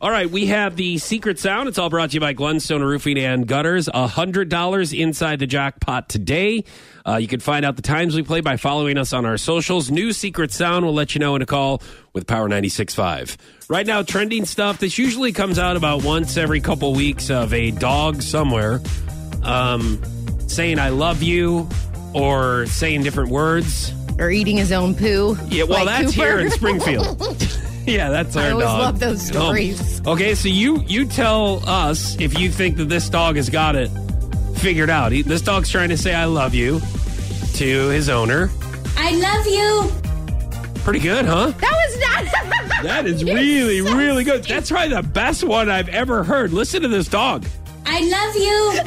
All right, we have the secret sound. It's all brought to you by Glenstone Roofing and Gutters. $100 inside the jackpot today. Uh, you can find out the times we play by following us on our socials. New secret sound will let you know in a call with Power 96.5. Right now, trending stuff. This usually comes out about once every couple weeks of a dog somewhere um, saying, I love you, or saying different words. Or eating his own poo. Yeah, well, like that's Cooper. here in Springfield. yeah, that's our I always dog. love those Oh. stories. Okay, so you you tell us if you think that this dog has got it figured out. He, this dog's trying to say "I love you" to his owner. I love you. Pretty good, huh? That was not. That is You're really so really good. That's probably the best one I've ever heard. Listen to this dog. I love you.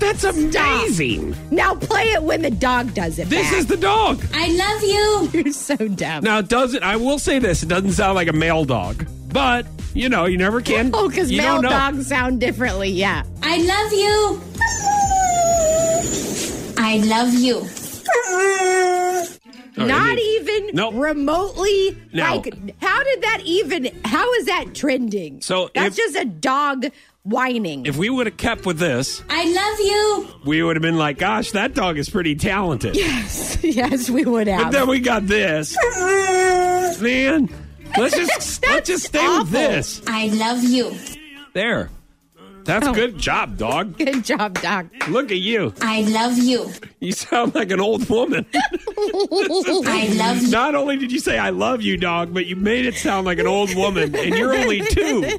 That's amazing. Now play it when the dog does it. This is the dog. I love you. You're so dumb. Now, it doesn't I will say this? It doesn't sound like a male dog, but you know, you never can. oh, because you male don't know. dogs sound differently. Yeah. I love you. I love you. All right, Oh, I not mean- even Nope. remotely. No. Like, how did that even? How is that trending? So that's if- just a dog whining. If we would have kept with this, I love you. we would have been like, "Gosh, that dog is pretty talented." yes, we would But have. then we got this. Man, let's just let's That's just stay with awful. this. I love you. There. That's Oh. good job, dog. Good job, dog. Look at you. I love you. You sound like an old woman. I love you. Not only did you say I love you, dog, but you made it sound like an old woman and you're only 2.